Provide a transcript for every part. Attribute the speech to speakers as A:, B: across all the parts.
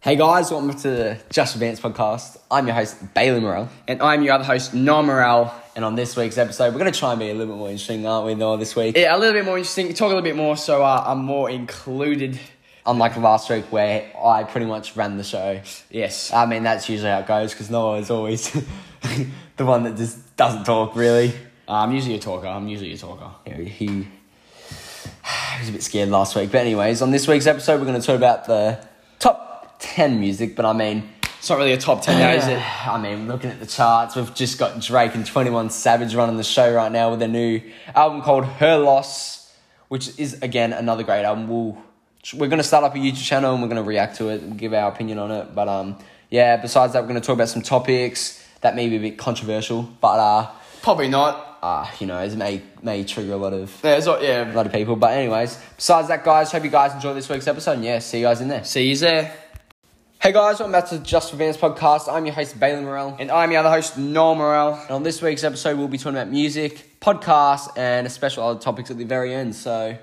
A: Hey guys, welcome to the Just Advance podcast. I'm your host, Bailey Morrell.
B: And I'm your other host, Noah Morel.
A: And on this week's episode, we're going to try and be a little bit more interesting, aren't we, Noah, this week?
B: Yeah, a little bit more interesting. Talk a little bit more so uh, I'm more included.
A: Unlike last week where I pretty much ran the show.
B: Yes.
A: I mean, that's usually how it goes because Noah is always the one that just doesn't talk, really.
B: Uh, I'm usually a talker. I'm usually a talker.
A: You know, he, he was a bit scared last week. But, anyways, on this week's episode, we're going to talk about the top 10 music, but I mean,
B: It's not really a top 10 now, is it?
A: I mean, looking at the charts, we've just got Drake and 21 Savage running the show right now with their new album called Her Loss, which is, again, another great album. We'll, we're going to start up a YouTube channel and we're going to react to it and give our opinion on it. But um, yeah, besides that, we're going to talk about some topics that may be a bit controversial, but uh,
B: Probably not.
A: uh, you know, it may, may trigger a lot of.
B: Yeah, it's not,
A: A
B: yeah.
A: lot of people, but anyways. Besides that, guys, hope you guys enjoyed this week's episode. And yeah, see you guys in there.
B: See you there.
A: Hey guys, welcome back to the Just for Vans podcast. I'm your host Bailey Morrell.
B: And I'm your other host, Noah Morel.
A: And on this week's episode, we'll be talking about music, podcasts, and a special other topics at the very end. So,
B: You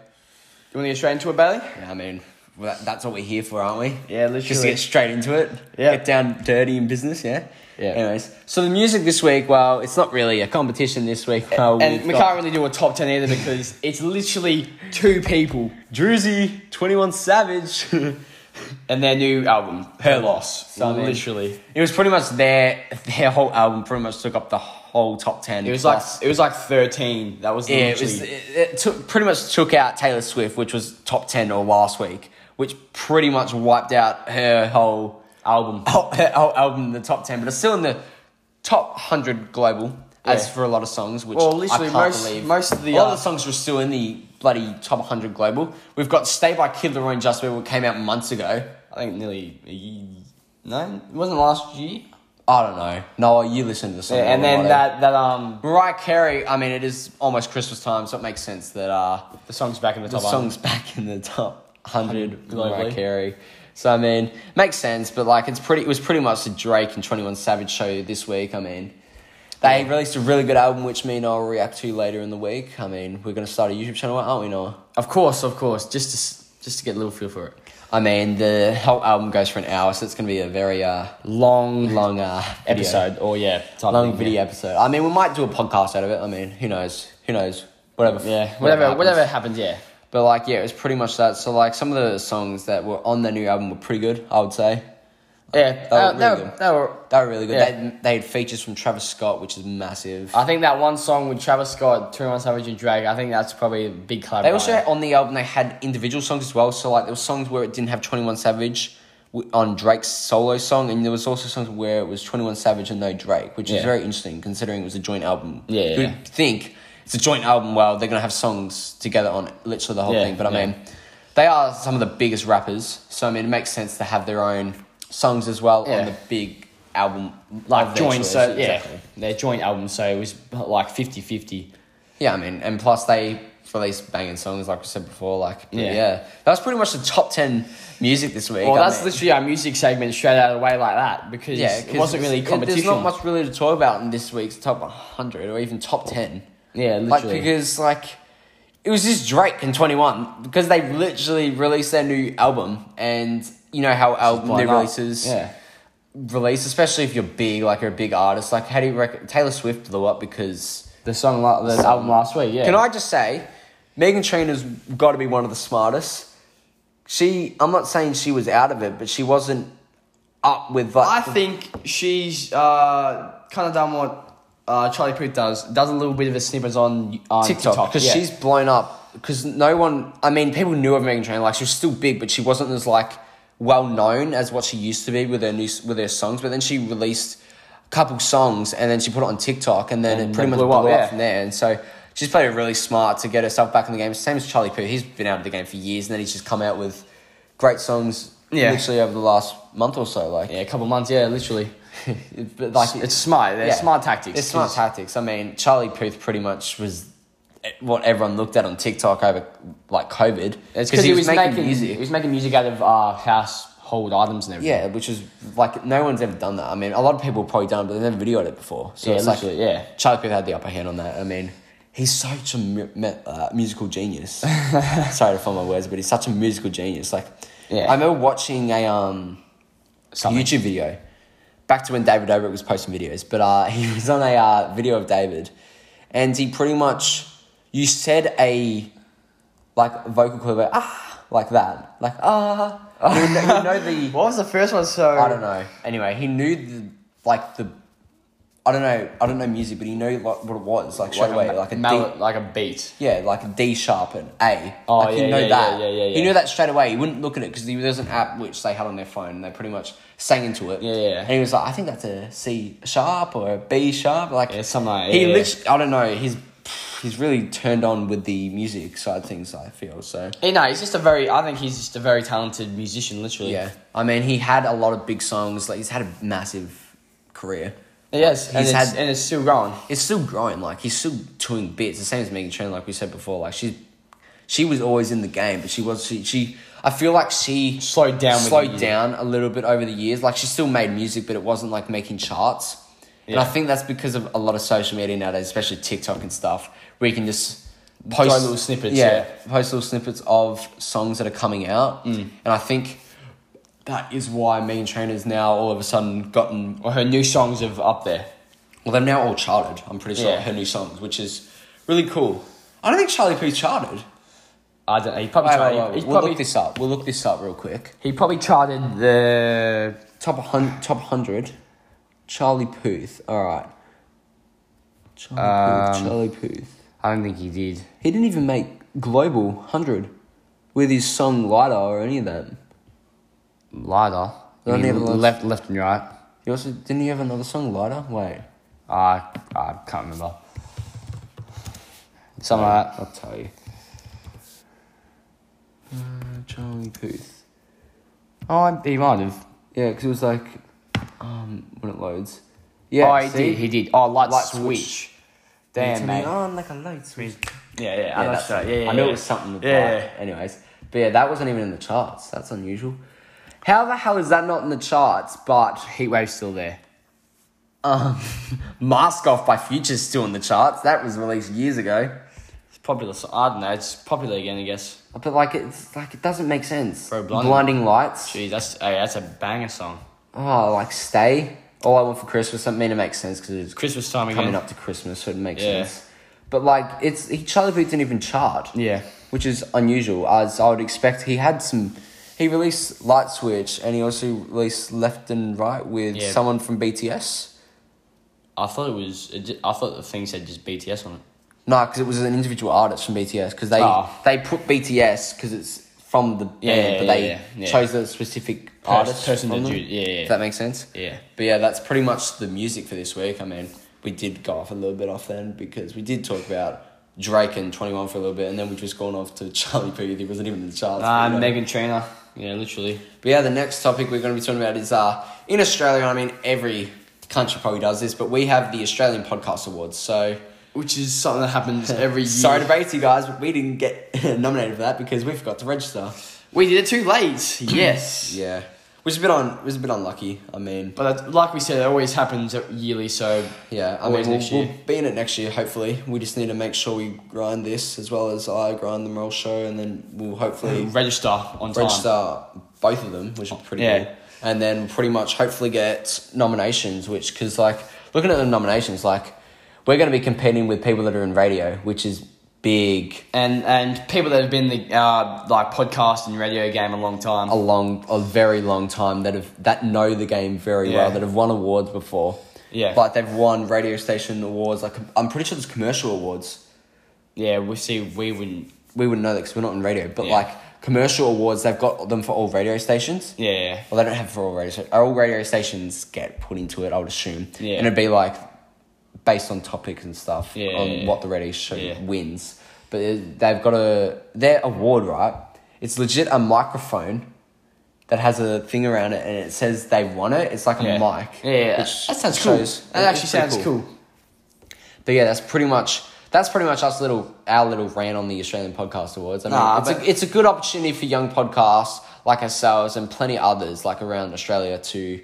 B: want to get straight into it, Bailey?
A: yeah, I mean, well, that, that's what we're here for, aren't we?
B: Yeah,
A: Just to get straight into it.
B: Yeah.
A: Get down dirty in business, yeah?
B: Yeah.
A: Anyways, so the music this week, well, it's not really a competition this week. Uh,
B: And
A: we've
B: we
A: got
B: can't really do a top 10 either because it's literally two people
A: Druzy, 21 Savage.
B: and their new album, Her Loss.
A: So, I mean-
B: literally.
A: it was pretty much their their whole album pretty much took up the whole top 10.
B: It was like
A: plus-
B: it was like 13. That was
A: Yeah,
B: literally.
A: it was. It, it took, pretty much took out Taylor Swift, which was top ten or last week, which pretty much wiped out her whole
B: album.
A: whole, Oh, her whole album in the top ten. But it's still in the top hundred global, as
B: Yeah.
A: for a lot of songs. Which
B: Well,
A: I
B: literally
A: can't
B: most-
A: believe.
B: most of the,
A: a lot
B: uh,
A: of the songs were still in the bloody top hundred global. We've got "Stay" by Kid Leroy and Just Where, which came out months ago.
B: I think nearly a ye- No, it wasn't last year.
A: I don't know. Noah, you listen to the song,
B: Yeah, and
A: Noah,
B: then
A: right?
B: that that um
A: Mariah Carey. I mean, it is almost Christmas time, so it makes sense that uh,
B: the song's back in the
A: the
B: top.
A: song's back in the top 100
B: globally.
A: globally. Carey. So I mean, makes sense, but like it's pretty. It was pretty much the Drake and Twenty One Savage show this week. I mean, they released a really good album, which me and I'll react to later in the week. I mean, we're gonna start a YouTube channel, aren't we, Noah?
B: Of course, of course, just to s- just to get a little feel for it.
A: I mean, the whole album goes for an hour, so it's gonna be a very uh,
B: Long
A: long uh, video.
B: episode, or yeah, type
A: long
B: thing,
A: video episode. I mean, we might do a podcast out of it. I mean, who knows? Who knows? Whatever.
B: Yeah, yeah whatever,
A: happens.
B: whatever happens, yeah.
A: But like, yeah, it was pretty much that. So like, some of the songs that were on the new album were pretty good. I would say
B: Yeah,
A: That
B: uh,
A: was
B: that-
A: really good.
B: that were-
A: they were really good.
B: Yeah.
A: They, they had features from Travis Scott, which is massive.
B: I think that one song with Travis Scott, Twenty One Savage, and Drake. I think that's probably a big collab.
A: they also on the album they had individual songs as well. So like, there were songs where it didn't have Twenty One Savage w- on Drake's solo song, and there was also songs where it was Twenty One Savage and no Drake, which is
B: Yeah.
A: very interesting considering it was a joint album.
B: Yeah, yeah,
A: You'd
B: yeah.
A: think it's a joint album. Well, they're gonna have songs together on literally the whole
B: Yeah,
A: thing. But I
B: yeah.
A: mean, they are some of the biggest rappers, so I mean, it makes sense to have their own songs as well
B: Yeah.
A: on the big album
B: like
A: of their
B: joint,
A: choice,
B: so yeah,
A: exactly.
B: their joint album. So it was like 50-50.
A: Yeah, I mean, and plus they release banging songs, like we said before. Like, yeah,
B: Yeah.
A: that was pretty much the top ten music this week.
B: Well,
A: I
B: that's
A: mean.
B: literally our music segment straight out of the way like that because
A: yeah,
B: it
A: 'cause
B: wasn't really
A: it's- it-
B: competition.
A: There's not much really to talk about in this week's top 100 or even top 10.
B: Yeah,
A: like
B: literally.
A: because like it was just Drake and 21 because they literally released their new album and you know how album
B: blown
A: new
B: up.
A: releases
B: Yeah.
A: release especially if you're big like you're a big artist like how do you reckon Taylor Swift blew up because
B: the song, la- the album last week. Yeah,
A: Can I just say, Megan Trainor's got to be one of the smartest. She, I'm not saying she was out of it, but she wasn't up with like.
B: I
A: the-
B: think she's uh, kind of done what uh, Charlie Puth does. Does a little bit of a snippets on uh,
A: TikTok because
B: yeah.
A: she's blown up. Because no one, I mean, people knew of Megan Trainor. Like she was still big, but she wasn't as like well known as what she used to be with her new with her songs. But then she released a couple songs, and then she put it on TikTok, and then
B: And
A: it pretty much
B: then blew
A: blew up,
B: up, yeah.
A: from there. And so she's played it really smart to get herself back in the game. Same as Charlie Puth, he's been out of the game for years, and then he's just come out with great songs.
B: Yeah.
A: literally over the last month or so, like
B: yeah, a couple months. Yeah, literally.
A: but like
B: it's smart. They're
A: yeah.
B: smart tactics.
A: It's smart
B: 'cause-
A: tactics. I mean, Charlie Puth pretty much was what everyone looked at on TikTok over like COVID.
B: It's because he, was making, music. He was making music out of uh, household items and everything.
A: Yeah, which is like no one's ever done that. I mean, a lot of people have probably done, it, but they've never videoed it before. So
B: Yeah,
A: it's like
B: literally, yeah.
A: Charlie Puth had the upper hand on that. I mean, he's such a mu- me- uh, musical genius. Sorry to find my words, but he's such a musical genius. Like,
B: Yeah.
A: I remember watching a um,
B: Something.
A: YouTube video. Back to when David Dobrik was posting videos, but uh, he was on a uh, video of David, and he pretty much you said a like vocal clip of, ah like that like ah you, know, you know the
B: What was the first one? So
A: I don't know. Anyway, he knew the like the I don't know I don't know music, but he knew like, what it was like straight away like a D-
B: mallet, like a beat.
A: yeah, like a D sharp and A.
B: Oh,
A: like,
B: yeah,
A: he knew
B: yeah,
A: that.
B: yeah, yeah, yeah,
A: He
B: yeah.
A: knew that straight away. He wouldn't look at it because there was an app which they had on their phone and they pretty much sang into it.
B: Yeah, yeah.
A: And he was like, I think that's a C sharp or a B sharp. Like,
B: Yeah, something like-
A: He
B: yeah, yeah.
A: literally, I don't know, he's he's really turned on with the music side of things, I feel. So,
B: You know, he's just a very. I think he's just a very talented musician. Literally.
A: yeah. I mean, he had a lot of big songs. Like, he's had a massive career.
B: Yes, and
A: He's
B: it's,
A: had-
B: and it's still growing.
A: it's still growing. Like he's still doing bits. The same as Megan Trainor, like we said before. Like she's she was always in the game, but she was she, she I feel like she
B: Slowed down.
A: slowed
B: with the-
A: down a little bit over the years. Like she still made music, but it wasn't like making charts. And I
B: Yeah.
A: think that's because of a lot of social media nowadays, especially TikTok and stuff, where you can just
B: Throw
A: post
B: little snippets, yeah.
A: post little snippets of songs that are coming out. Mm. And I think that is why Megan Trainor's now all of a sudden gotten
B: Well, her new songs have up there.
A: well, they're now all charted. I'm pretty sure
B: Yeah.
A: her new songs, which is really cool. I don't think Charlie Puth charted.
B: I don't. know, He probably.
A: Wait,
B: tried,
A: wait, wait,
B: He,
A: we'll
B: probably
A: look this up. We'll look this up real quick.
B: he probably charted the.
A: Top hun- top hundred. Charlie Puth. All right. Charlie Puth. Charlie Puth.
B: I don't think he did.
A: He didn't even make global hundred with his song Lighter or any of that.
B: Lighter.
A: No,
B: I mean,
A: never left.
B: left, left and right.
A: He also didn't he have another song Lighter? Wait,
B: I Ah, I can't remember. Something like that.
A: I'll tell you. Uh, Charlie Puth.
B: Oh, he might have.
A: Yeah, because it was like um, when it loads. Yeah,
B: oh, he
A: see?
B: did. He did. Oh, light,
A: Light
B: switch.
A: switch.
B: Damn, mate.
A: on like a light switch.
B: Yeah, yeah.
A: Yeah,
B: I,
A: that's
B: that's right. yeah, yeah,
A: I knew
B: yeah.
A: it was something. With
B: Yeah,
A: light. Anyways, but yeah, that wasn't even in the charts. That's unusual. How the hell is that not in the charts? But
B: Heatwave's still there.
A: um, "Mask Off" by Future's still in the charts. That was released years ago.
B: It's popular. So I don't know. It's popular again, I guess.
A: But like, it's like it doesn't make sense.
B: Bro, Blinding-
A: Blinding lights.
B: Gee, that's hey, that's a banger song.
A: Oh, like stay. All I want for Christmas. I mean, it makes sense because it's
B: Christmas time again.
A: coming up to Christmas, so it makes
B: Yeah.
A: sense. But like, it's he, Charlie Puth didn't even chart.
B: Yeah.
A: which is unusual, as I would expect. He had some. He released Light Switch, and he also released Left and Right with
B: Yeah.
A: someone from BTS.
B: I thought it was. It ju- I thought the thing said just BTS on it.
A: No, because it was an individual artist from BTS. Because they
B: Oh.
A: they put BTS because it's from the band,
B: Yeah, yeah,
A: but
B: yeah,
A: they
B: yeah, yeah.
A: chose a specific
B: Pers-
A: artist
B: person
A: from
B: to
A: them,
B: do- yeah, yeah.
A: If that makes sense.
B: Yeah.
A: But yeah, that's pretty much the music for this week. I mean, we did go off a little bit off then because we did talk about Drake and Twenty One for a little bit, and then we just gone off to Charlie Puth. He wasn't even in the charts. but,
B: Ah,
A: you know.
B: Megan Trainor. Yeah, literally.
A: But yeah, the next topic we're going to be talking about is uh, in Australia. I mean, every country probably does this, but we have the Australian Podcast Awards. So
B: Which is something that happens every year.
A: sorry to break to you guys, but we didn't get nominated for that because we forgot to register.
B: we did it too late. yes.
A: Yeah, which is a bit on was a bit unlucky. I mean,
B: But that, like we said, it always happens yearly. So
A: yeah, I mean
B: Always
A: we'll,
B: next
A: we'll
B: year.
A: be in it next year. Hopefully, we just need to make sure we grind this as well as I grind the Morel Show, and then we'll hopefully
B: register on time.
A: register both of them, which are pretty
B: Yeah.
A: cool. And then pretty much hopefully get nominations, which, because, like, looking at the nominations, like, we're going to be competing with people that are in radio, which is big,
B: and and people that have been the uh, like podcast and radio game a long time.
A: a long, a very long time that have, that know the game very well,
B: Yeah.
A: that have won awards before.
B: Yeah.
A: Like, they've won radio station awards. Like, I'm pretty sure there's commercial awards.
B: Yeah, we see we wouldn't.
A: We wouldn't know that because we're not in radio, but,
B: Yeah.
A: like, commercial awards, they've got them for all radio stations.
B: Yeah, yeah,
A: Well, they don't have for all radio. sta- All radio stations get put into it. I would assume,
B: Yeah.
A: and it'd be like based on topics and stuff
B: Yeah,
A: on
B: yeah, yeah.
A: what the radio show
B: Yeah.
A: wins. But it- they've got a their award right. It's legit a microphone that has a thing around it, and it says they won it. It's like
B: yeah.
A: a mic.
B: Yeah, yeah.
A: which
B: that sounds cool.
A: shows-
B: that
A: it's
B: actually
A: pretty
B: sounds cool.
A: But yeah, that's pretty much. That's pretty much us little our little rant on the Australian Podcast Awards. I mean,
B: Nah,
A: it's,
B: but-
A: a, it's a good opportunity for young podcasts like ourselves and plenty others like around Australia to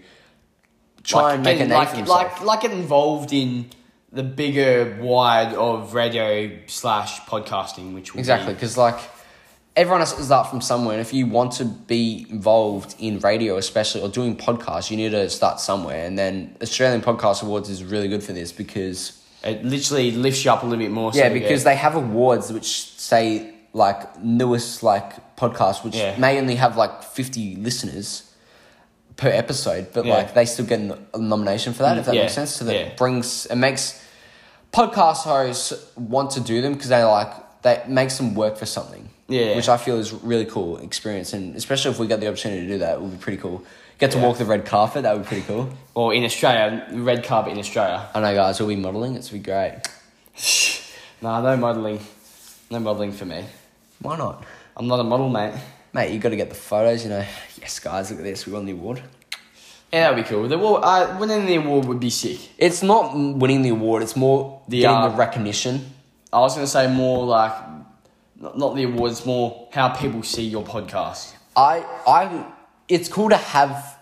A: try
B: Like,
A: and make
B: getting-
A: a name
B: like,
A: for themselves.
B: like like get involved in the bigger wide of radio slash podcasting, which will
A: exactly,
B: Be,
A: because like everyone has to start from somewhere. And if you want to be involved in radio, especially or doing podcasts, you need to start somewhere. And then Australian Podcast Awards is really good for this because
B: It literally lifts you up a little bit more. so
A: yeah,
B: you
A: because
B: get-
A: they have awards which say like newest like podcast, which
B: Yeah.
A: may only have like fifty listeners per episode, but
B: Yeah.
A: like they still get a a nomination for that. If that
B: yeah,
A: makes sense, so that
B: yeah.
A: brings it makes podcast hosts want to do them because they like that makes them work for something.
B: Yeah.
A: which I feel is really cool experience, and especially if we get the opportunity to do that, it would be pretty cool. Get to
B: Yeah.
A: walk the red carpet, that would be pretty cool.
B: or in Australia, red carpet in Australia.
A: I know, guys, we'll be modeling. It's be great.
B: Nah, no modelling, no modelling for me.
A: Why not?
B: I'm not a model, mate.
A: Mate, you got to get the photos, you know. Yes, guys, look at this. We won the award.
B: Yeah, that'd be cool. The award, uh, winning the award would be sick.
A: It's not m- winning the award. It's more
B: The,
A: getting
B: uh,
A: the recognition.
B: I was gonna say more like, not, not the awards, more how people see your podcast.
A: I, I, it's cool to have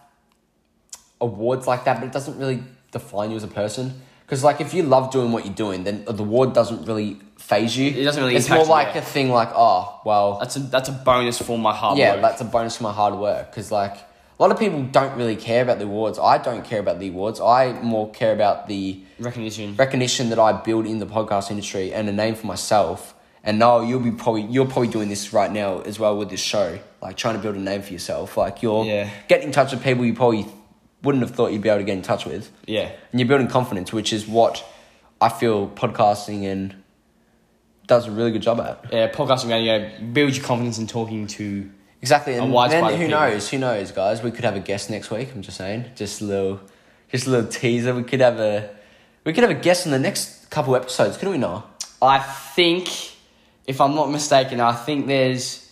A: awards like that, but it doesn't really define you as a person. Because like, if you love doing what you're doing, then the award doesn't really phase you.
B: It doesn't really
A: It's more
B: impact you,
A: like
B: yeah.
A: a thing like, oh, well,
B: That's a that's a bonus for my hard
A: yeah,
B: work.
A: that's a bonus for my hard work. Because like a lot of people don't really care about the awards. I don't care about the awards. I more care about the
B: recognition.
A: recognition that I build in the podcast industry and a name for myself. And Noel, you'll be probably you're probably doing this right now as well with this show, like trying to build a name for yourself. Like you're
B: Yeah.
A: getting in touch with people you probably wouldn't have thought you'd be able to get in touch with,
B: yeah,
A: and you're building confidence, which is what I feel podcasting and does a really good job at.
B: yeah. Podcasting radio builds your confidence in talking to.
A: Exactly, and
B: wide
A: then
B: spread of
A: who
B: people.
A: knows? Who knows, guys? We could have a guest next week. I'm just saying, just a little, just a little teaser. We could have a, we could have a guest in the next couple episodes, couldn't we, Noel?
B: I think, if I'm not mistaken, I think there's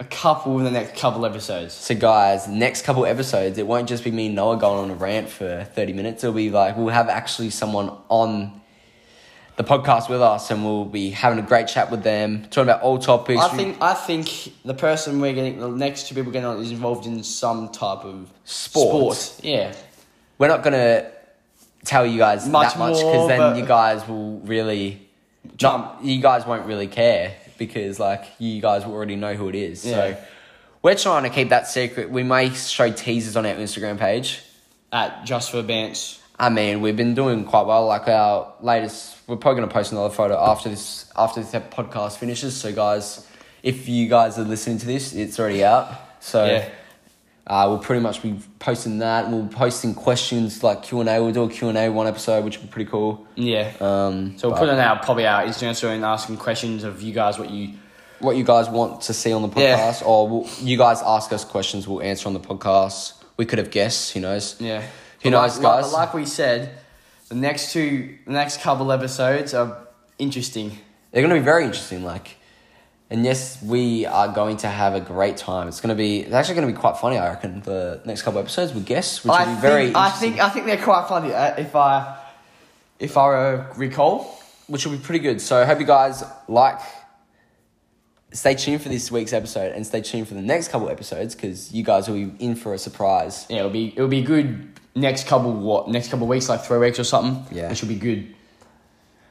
B: a couple in the next couple episodes.
A: So, guys, next couple episodes, it won't just be me and Noah going on a rant for 30 minutes. It'll be like we'll have actually someone on the podcast with us and we'll be having a great chat with them, talking about all topics.
B: I think I think the person we're getting, the next two people getting on, is involved in some type of
A: Sport.
B: Sport. Yeah,
A: We're not going to tell you guys
B: Much
A: that much because
B: more,
A: then
B: but-
A: you guys will really.
B: Jump.
A: Not, you guys won't really care because, like, you guys will already know who it is.
B: Yeah.
A: So, we're trying to keep that secret. We may show teasers on our Instagram page.
B: at Just for Bants.
A: I mean, we've been doing quite well. Like our latest, we're probably gonna post another photo after this after this podcast finishes. So guys, if you guys are listening to this, it's already out. So
B: Yeah.
A: uh, we'll pretty much be posting that. We'll be posting questions like Q and A. We'll do a Q and A one episode, which will be pretty cool.
B: Yeah.
A: Um,
B: so we'll
A: but
B: put on our probably our Instagram story and asking questions of you guys what you
A: what you guys want to see on the
B: Yeah.
A: podcast, or we'll, you guys ask us questions, we'll answer on the podcast. We could have guests. Who knows?
B: Yeah.
A: Who
B: But
A: knows,
B: like, like-
A: guys?
B: Like, we said, the next two, the next couple episodes are interesting.
A: They're going to be very interesting. Like, and yes, we are going to have a great time. It's going to be. It's actually going to be quite funny. I reckon the next couple episodes with guests, which
B: I
A: will be
B: think,
A: very.
B: I
A: interesting-
B: think I think they're quite funny. uh, If I, if I uh, recall,
A: which will be pretty good. So I hope you guys like. Stay tuned for this week's episode, and stay tuned for the next couple episodes because you guys will be in for a surprise.
B: yeah, it'll be it'll be good next couple what next couple weeks, like three weeks or something.
A: Yeah.
B: which will be good.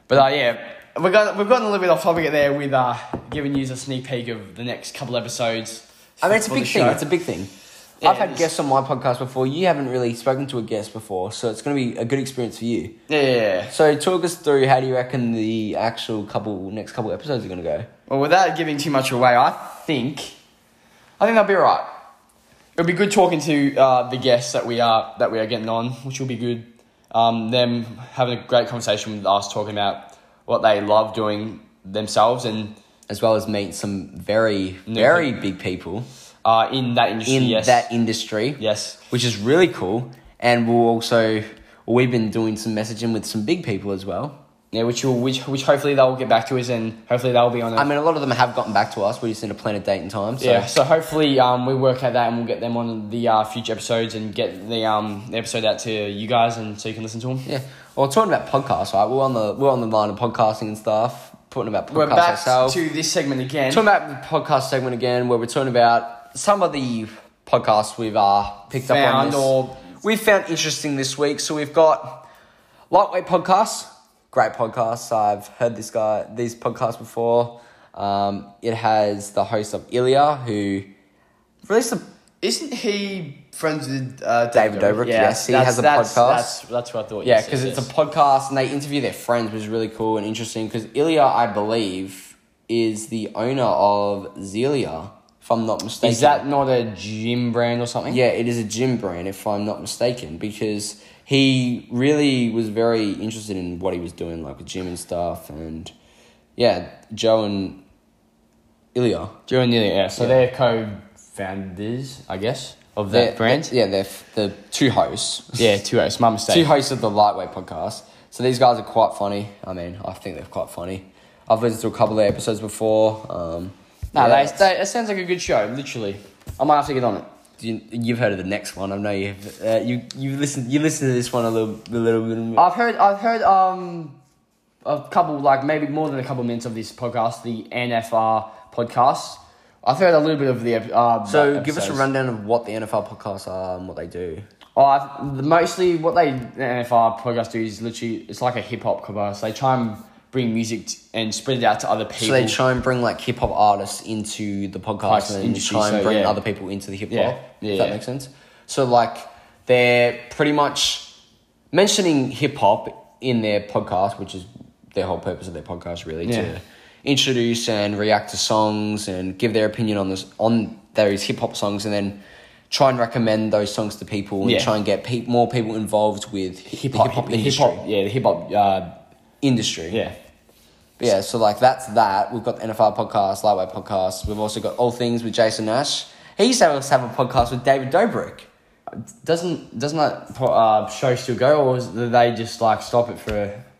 B: But uh, yeah, we've got we've gotten a little bit off topic there with uh, giving you a sneak peek of the next couple episodes.
A: I mean, it's a
B: for the
A: big thing.
B: show.
A: It's a big thing.
B: Yeah,
A: I've had
B: it's-
A: guests on my podcast before. You haven't really spoken to a guest before, so it's going to be a good experience for you.
B: yeah, yeah, yeah.
A: So, talk us through how do you reckon the actual couple next couple episodes are going to go?
B: Well, without giving too much away, I think, I think that'll be alright. It'll be good talking to uh, the guests that we are that we are getting on, which will be good. Um, them having a great conversation with us, talking about what they love doing themselves and
A: as well as meet some very
B: New
A: very big people
B: uh, in that industry.
A: in
B: yes,
A: that industry
B: yes,
A: which is really cool and we'll also we've been doing some messaging with some big people as well
B: yeah. Which will which which hopefully they'll get back to us and hopefully they'll be on. A,
A: i mean a lot of them have gotten back to us we just need to plan a date and time so
B: yeah, so hopefully um, we work out that and we'll get them on the uh, future episodes and get the um, the episode out to you guys and so you can listen to them.
A: yeah well talking about podcasts right we're on the we're on the line of podcasting and stuff talking about podcasts
B: We're back
A: ourselves
B: to this segment again.
A: talking about the podcast segment again where we're talking about some of the podcasts we've uh, picked up on
B: Found
A: this.
B: or-
A: we've found interesting this week so we've got lightweight podcasts great podcasts i've heard this guy these podcasts before Um, it has the host of Ilya, who
B: Released a, isn't he friends with uh,
A: David Dobrik? Yes, he
B: that's-
A: has a
B: that's-
A: podcast.
B: That's, that's what I thought.
A: Yeah,
B: yes,
A: because
B: yes,
A: it's a
B: yes.
A: podcast and they interview their friends, which is really cool and interesting. Because Ilya, I believe, is the owner of Zelia, if I'm not mistaken.
B: Is that not a gym brand or something?
A: Yeah, it is a gym brand, if I'm not mistaken, because he really was very interested in what he was doing, like with gym and stuff. And yeah, Joe and Ilya.
B: Joe and Neely, yeah. So they're co-founders, I guess, of that
A: They're-
B: brand.
A: Yeah, they're f- the two hosts.
B: yeah, two hosts. My
A: two
B: mistake.
A: hosts of the Lightweight podcast. So these guys are quite funny. I mean, I think they're quite funny. I've listened to a couple of their episodes before. Um,
B: No,
A: yeah,
B: they,
A: that's-
B: they, that sounds like a good show. Literally, I might have to get on it.
A: you, you've heard of the next one. I know you've uh, you you listen you listen to this one a little a little bit.
B: I've heard. I've heard. Um, a couple like maybe more than a couple minutes of this podcast, the NFR podcast. I've heard a little bit of the. ep- Uh,
A: so give us a
B: episodes.
A: rundown of what the NFL podcasts are and what they do.
B: Oh, I've, the- mostly what they the NFR podcast do is literally it's like a hip hop cover. So they try and bring music t- and spread it out to other people.
A: So they try and bring like hip hop artists into the
B: Artist
A: podcast and
B: industry,
A: try and
B: so,
A: bring
B: yeah.
A: other people into the hip hop.
B: Yeah, yeah,
A: If that
B: yeah.
A: makes sense. So like they're pretty much mentioning hip hop in their podcast, which is their whole purpose of their podcast, really
B: Yeah.
A: to introduce and react to songs and give their opinion on this on those hip hop songs, and then try and recommend those songs to people and
B: Yeah.
A: try and get pe- more people involved with hip hop
B: the hip
A: industry.
B: hop, yeah, the hip hop, uh,
A: industry.
B: yeah.
A: But yeah, so like that's that. We've got the NFR podcast, Lightweight podcast. We've also got All Things with Jason Nash. He used to have us have a podcast with David Dobrik.
B: Doesn't doesn't that po- uh, show still go, or is, do they just like stop it for?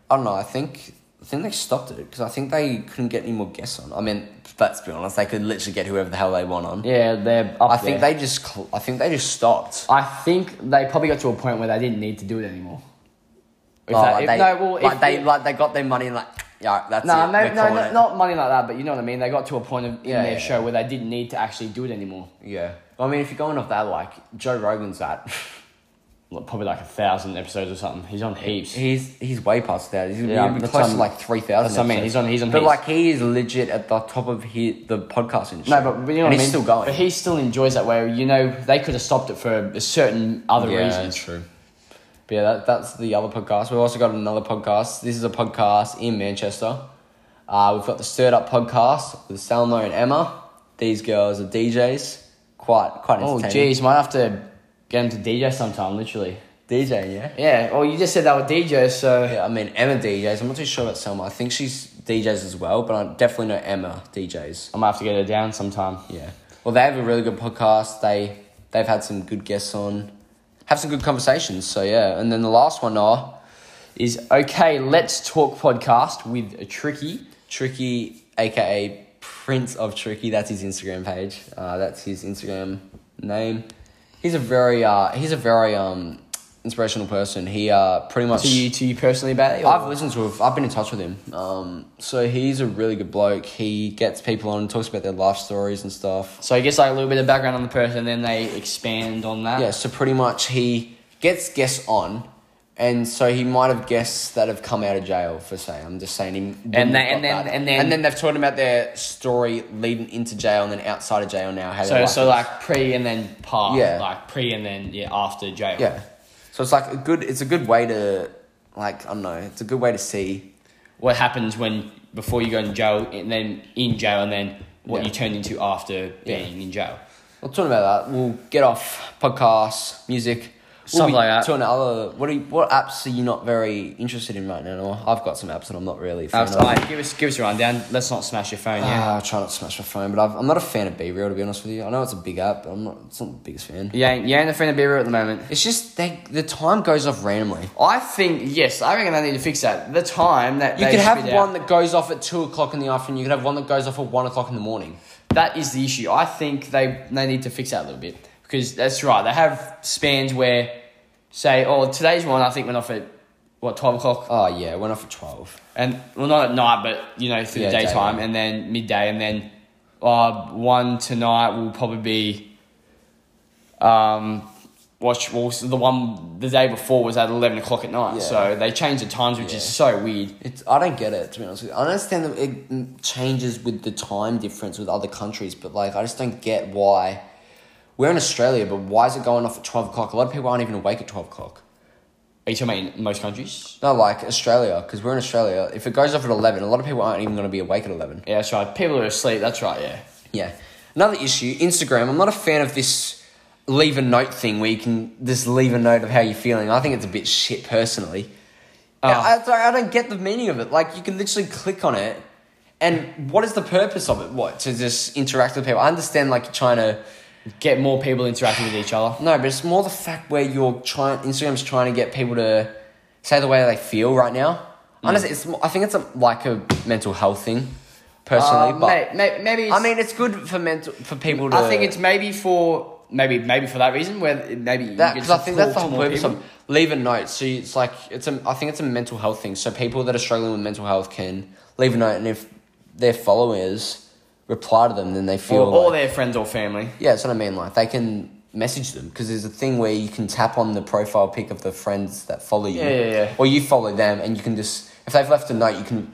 A: I don't know. I think I think they stopped it because I think they couldn't get any more guests on. I mean, let's be honest, they could literally get whoever the hell they want on.
B: Yeah, they're. Up
A: I think
B: there.
A: they just cl- I think they just stopped.
B: I think they probably got to a point where they didn't need to do it anymore. If
A: Oh,
B: that-
A: like
B: if-
A: they,
B: no, well,
A: like
B: if
A: they
B: we-
A: like they got their money and like yeah, that's
B: No,
A: it.
B: no,
A: we're
B: no,
A: calling
B: no,
A: it.
B: not money like that, but you know what I mean. They got to a point of, in
A: Yeah,
B: their
A: yeah,
B: show where they didn't need to actually do it anymore.
A: Yeah, I mean, if you're going off that, like Joe Rogan's that.
B: Like, probably like a thousand episodes or something. He's on heaps.
A: He's he's way past that. He's
B: Yeah,
A: gonna be
B: that's
A: close to
B: some-
A: like three thousand.
B: that's what I mean. He's on- he's on
A: But
B: his.
A: like he is legit at the top of his, the podcast industry.
B: no, but you know what I
A: and
B: mean.
A: he's still going.
B: But he still enjoys that. Where you know they could have stopped it for a certain other
A: Yeah,
B: reason.
A: that's true. But yeah, that, that's the other podcast. We've also got another podcast. This is a podcast in Manchester. Uh, we've got the Stirred Up podcast with Salmo and Emma. These girls are DJs. Quite quite
B: Oh,
A: entertaining.
B: jeez, might have to get him to DJ sometime. Literally.
A: DJ, yeah. Oh,
B: Yeah. Well, you just said that with DJ, so
A: Yeah, I mean Emma DJs. I'm not too sure about Selma. I think she's DJs as well, but I definitely know Emma DJs.
B: I might have to get her down sometime.
A: Yeah. Well, they have a really good podcast. They they've had some good guests on, have some good conversations. So yeah, and then the last one oh, are
B: Is okay. Let's talk podcast with Tricky.
A: Tricky, aka Prince of Tricky. That's his Instagram page. Uh, that's his Instagram name. He's a very uh, he's a very um, inspirational person. He uh, pretty much.
B: To you, to you personally, Bailey. or-
A: I've listened to him. I've been in touch with him. Um, so he's a really good bloke. He gets people on and talks about their life stories and stuff.
B: So I guess like a little bit of background on the person, then they expand on that.
A: Yeah, so pretty much he gets guests on, and so he might have guests that have come out of jail for say. I'm just saying him.
B: And then- and then- and then-
A: and then they've talked about their story leading into jail and then outside of jail now. How their
B: So
A: life
B: so
A: is.
B: like pre and then part.
A: Yeah.
B: Like pre and then yeah after jail.
A: yeah, so it's like a good. It's a good way to like I don't know. It's a good way to see.
B: What happens when before you go in jail and then in jail and then what
A: Yeah.
B: you turn into after being in jail.
A: Well, talking about that, we'll get off podcasts, music.
B: Stuff
A: be
B: like that.
A: Talking to other, what are you, what apps are you not very interested in right now? Or I've got some apps that I'm not really. a fan
B: After,
A: of.
B: like, give us give us a rundown. Let's not smash your phone. Yeah.
A: Ah, I try not to smash my phone, but I've, I'm not a fan of Be Real to be honest with you. I know it's a big app, but I'm not. It's not the biggest fan.
B: You ain't, you ain't a friend of beer at the moment.
A: It's just they, the time goes off randomly.
B: I think yes. I reckon they need to fix that. The time that
A: You
B: they
A: could have
B: spit out-
A: one that goes off at two o'clock in the afternoon. You could have one that goes off at one o'clock in the morning.
B: That is the issue. I think they they need to fix that a little bit because that's right. They have spans where, say, oh, today's one I think went off at what twelve o'clock,
A: Oh yeah, it went off at twelve.
B: and well, not at night, but you know through
A: Yeah,
B: the daytime,
A: daytime.
B: and then midday, and then uh, one tonight will probably be um, watch. Well, so the one the day before was at eleven o'clock at night,
A: Yeah.
B: so they changed the times, which
A: Yeah.
B: is so weird.
A: It's, I don't get it, to be honest with you. I understand that it mm, changes with the time difference with other countries, but like, I just don't get why. We're in Australia, but why is it going off at 12 o'clock? A lot of people aren't even awake at 12 o'clock.
B: Are you talking about in most countries?
A: No, like Australia, because we're in Australia. If it goes off at 11, a lot of people aren't even going to be awake at 11.
B: Yeah, that's right. People are asleep. That's right. Yeah.
A: Yeah. Another issue Instagram. I'm not a fan of this leave a note thing where you can just leave a note of how you're feeling. I think it's a bit shit personally.
B: Oh.
A: Yeah, I, it's like, I don't get the meaning of it. Like, you can literally click on it, and what is the purpose of it? What? To just interact with people? I understand, like, you're trying to.
B: Get more people interacting with each other.
A: No, but it's more the fact where you're trying. Instagram's trying to get people to say the way they feel right now.
B: Mm.
A: Honestly, it's. more- I think it's a, like a mental health thing, personally.
B: Uh,
A: but
B: may- may- maybe it's,
A: I mean, it's good for mental for people to.
B: I think it's maybe for maybe maybe for that reason where it- maybe you
A: that
B: get
A: because I
B: to
A: think that's the
B: talk to
A: whole
B: more
A: purpose
B: people.
A: of leave a note. So you- it's like it's a. I think it's a mental health thing. So people that are struggling with mental health can leave a note, and if their followers reply to them, then they feel.
B: or, or
A: like-
B: their friends or family.
A: yeah, that's what I mean. Like they can message them because there's a thing where you can tap on the profile pic of the friends that follow you.
B: Yeah, yeah, yeah.
A: Or you follow them, and you can just if they've left a note, you can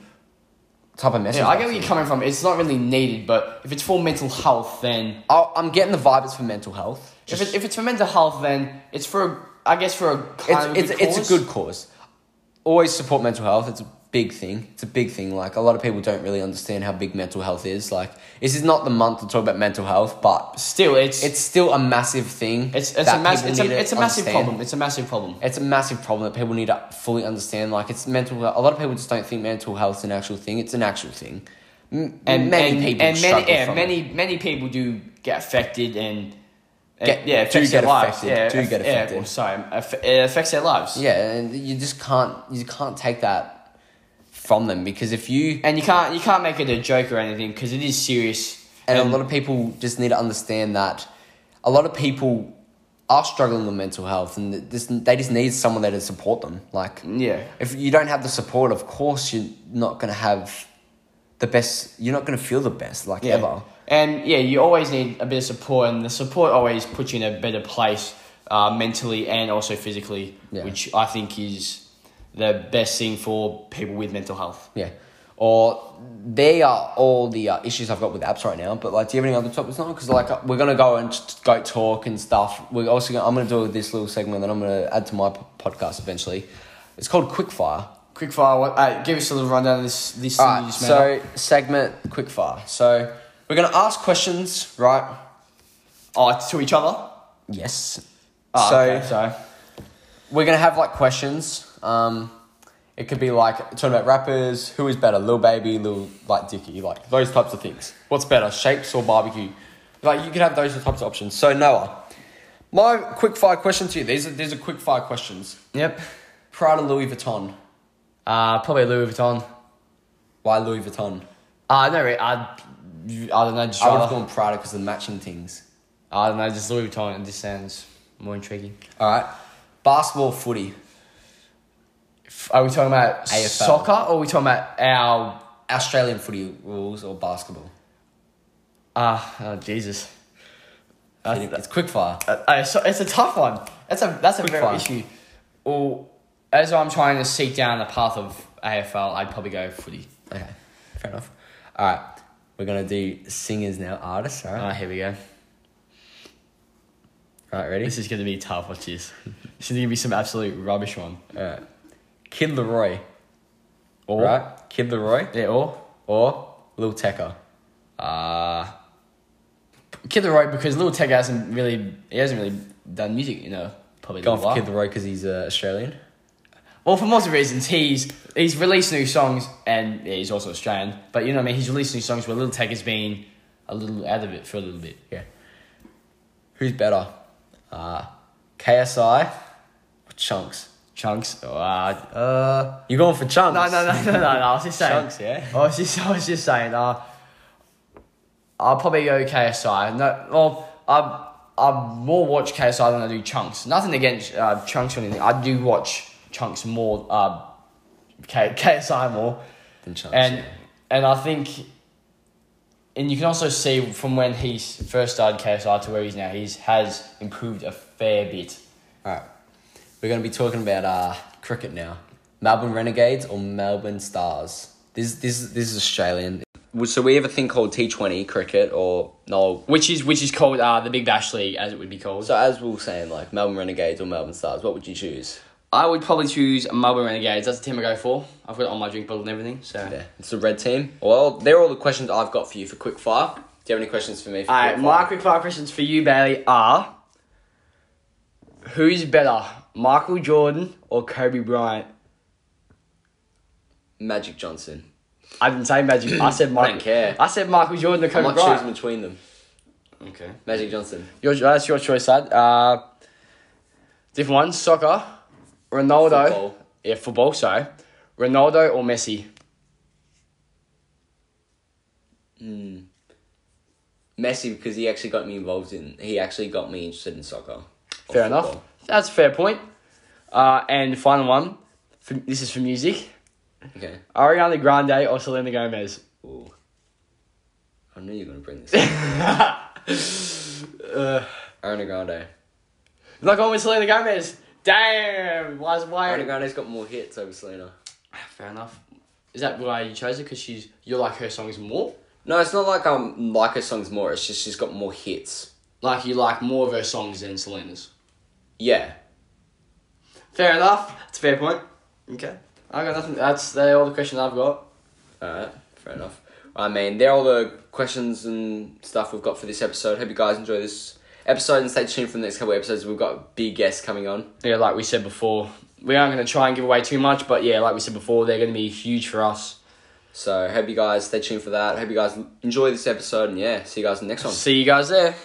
A: type a message.
B: Yeah, I
A: back
B: get where
A: to
B: you're
A: them.
B: coming from. It's not really needed, but if it's for mental health, then
A: I'll- I'm getting the vibe. It's for mental health.
B: if, it, if it's for mental health, then it's for a, I guess for a kind
A: it's,
B: of
A: it's, it's
B: cause.
A: a good cause. Always support mental health. It's a big thing. It's a big thing. Like a lot of people don't really understand how big mental health is. Like this is not the month to talk about mental health, but
B: Still, it's
A: it's still a massive thing.
B: it's it's
A: that
B: a massive
A: people
B: it's a,
A: need to
B: it's a massive
A: understand.
B: problem. It's a massive problem.
A: It's a massive problem that people need to fully understand. Like it's mental. A lot of people just don't think mental health's an actual thing. It's an actual thing. M- and many
B: and,
A: people
B: and
A: struggle
B: many yeah,
A: from it.
B: many many people do get affected and. and-
A: Get-
B: yeah,
A: do
B: it affects
A: get
B: their lives.
A: affected,
B: Yeah,
A: do
B: aff-
A: get
B: yeah,
A: affected.
B: well, sorry, aff- it affects their lives.
A: Yeah, and you just can't. You can't take that from them because if you
B: and you can't you can't make it a joke or anything because it is serious.
A: And, a lot of people just need to understand that a lot of people are struggling with mental health and th- this, they just need someone there to support them. Like,
B: Um, yeah,
A: if you don't have the support, of course, you're not going to have the best, you're not going to feel the best, like,
B: yeah.
A: ever.
B: And yeah, you always need a bit of support, and the support always puts you in a better place uh, mentally and also physically,
A: Yeah.
B: which I think is the best thing for people with mental health.
A: Yeah. Or they are all the uh, issues I've got with apps right now. But like, do you have any other topics now? Because like, uh, we're gonna go and t- go talk and stuff. We're also gonna, I'm gonna do this little segment that I'm gonna add to my p- podcast eventually. It's called Quickfire.
B: Quick fire, what, uh, give us a little rundown of this this thing you
A: Alright,
B: just made up.
A: so segment quickfire. So we're gonna ask questions, right?
B: oh, to each other.
A: Yes.
B: Oh,
A: Ah, so
B: okay, so
A: we're gonna have like questions. Um, it could be like talking about rappers, who is better, Lil Baby, Lil like Dicky, like those types of things. What's better, shapes or barbecue? Like you could have those types of options. So Noah, my quickfire question to you. These are these are quickfire questions.
B: yep.
A: Prada, Louis Vuitton.
B: Uh, probably Louis Vuitton.
A: Why Louis Vuitton?
B: Uh, no, really, I'd, I don't know, just
A: I would have
B: rather,
A: gone Prada because of the matching things.
B: I don't know, just Louis Vuitton. It just sounds more intriguing.
A: All right, basketball, footy.
B: F- Are we talking about
A: AFL.
B: soccer or are we talking about our?
A: Australian footy rules or basketball?
B: Ah, oh Jesus! That's-
A: it's quickfire.
B: uh, uh, so it's a tough one. That's a that's a
A: Quick
B: very
A: fire.
B: issue. Well, as I'm trying to seek down the path of AFL, I'd probably go footy.
A: Okay, fair enough. All right, we're gonna do singers now, artists. All
B: Ah,
A: right,
B: here we go.
A: all right, ready?
B: This is gonna be tough. Watch this. This is gonna be some absolute rubbish one.
A: All right, Kid Leroy.
B: Or
A: All right, Kid Leroy
B: yeah, or
A: or Lil Tecca.
B: uh, Kid the Rope because Little Tech hasn't really he hasn't really done music, you know. Probably
A: Going
B: a
A: for
B: while.
A: Kid Leroy because he's uh, Australian.
B: Well, for multiple reasons, he's he's released new songs, and yeah, he's also Australian. But you know what I mean. He's released new songs where Little Tech has been a little out of it for a little bit.
A: Yeah. Who's better? Uh, KSI or Chunks?
B: Chunks, oh, uh, uh,
A: You're going for Chunks.
B: no, no, no, no, no, no. I was just saying.
A: Chunks, yeah.
B: I was just, I was just saying. Uh, I'll probably go KSI. No, well, I I more watch KSI than I do Chunks. Nothing against uh, Chunks or anything. I do watch Chunks more. Uh, K- KSI more.
A: Than Chunks.
B: and and I think, and you can also see from when he s- first started KSI to where he's now, he's has improved a fair bit.
A: All right. We're going to be talking about uh, cricket now. Melbourne Renegades or Melbourne Stars? This, this, this is Australian. So we have a thing called T20 cricket or no.
B: Which is which is called uh, the Big Bash League, as it would be called.
A: So as we were saying, like Melbourne Renegades or Melbourne Stars, what would you choose?
B: I would probably choose Melbourne Renegades. That's the team I go for. I've got it on my drink bottle and everything. So
A: Yeah, it's the red team. Well, they're all the questions I've got for you for quick fire. Do you have any questions for me? For
B: All right,
A: quick
B: my
A: fire?
B: quick five questions for you, Bailey, are who's better, Michael Jordan or Kobe Bryant?
A: Magic Johnson.
B: I didn't say Magic. I said Michael.
A: care.
B: I said Michael Jordan or
A: I'm
B: Kobe
A: not choosing
B: Bryant.
A: between them.
B: Okay.
A: Magic Johnson.
B: Your, that's your choice, lad. Uh, different one, soccer, Ronaldo.
A: Football. Oh,
B: Yeah, football. So, Ronaldo or Messi?
A: Messi because he actually got me involved in. He actually got me interested in soccer. or
B: Fair enough.
A: football.
B: That's a fair point. Uh, and final one. For, this is for music.
A: Okay.
B: Ariana Grande or Selena Gomez?
A: Ooh. I knew you were gonna bring this. up.
B: Uh.
A: Ariana Grande.
B: Not going with Selena Gomez. Damn, why's
A: Ariana
B: why? Ah,
A: Grande's got more hits over Selena.
B: Fair enough. Is that why you chose it? Because she's you like her songs more.
A: No, it's not like I um, like her songs more. It's just she's got more hits.
B: Like you like more of her songs than Selena's.
A: Yeah.
B: Fair enough. It's a fair point. Okay. I got nothing. That's they're all the questions I've got.
A: Alright, fair enough. I mean, they're all the questions and stuff we've got for this episode. Hope you guys enjoy this episode and stay tuned for the next couple of episodes. We've got big guests coming on.
B: Yeah, like we said before, we aren't going to try and give away too much, but yeah, like we said before, they're going to be huge for us.
A: So, hope you guys stay tuned for that. Hope you guys enjoy this episode and yeah, see you guys in the next one.
B: See you guys there.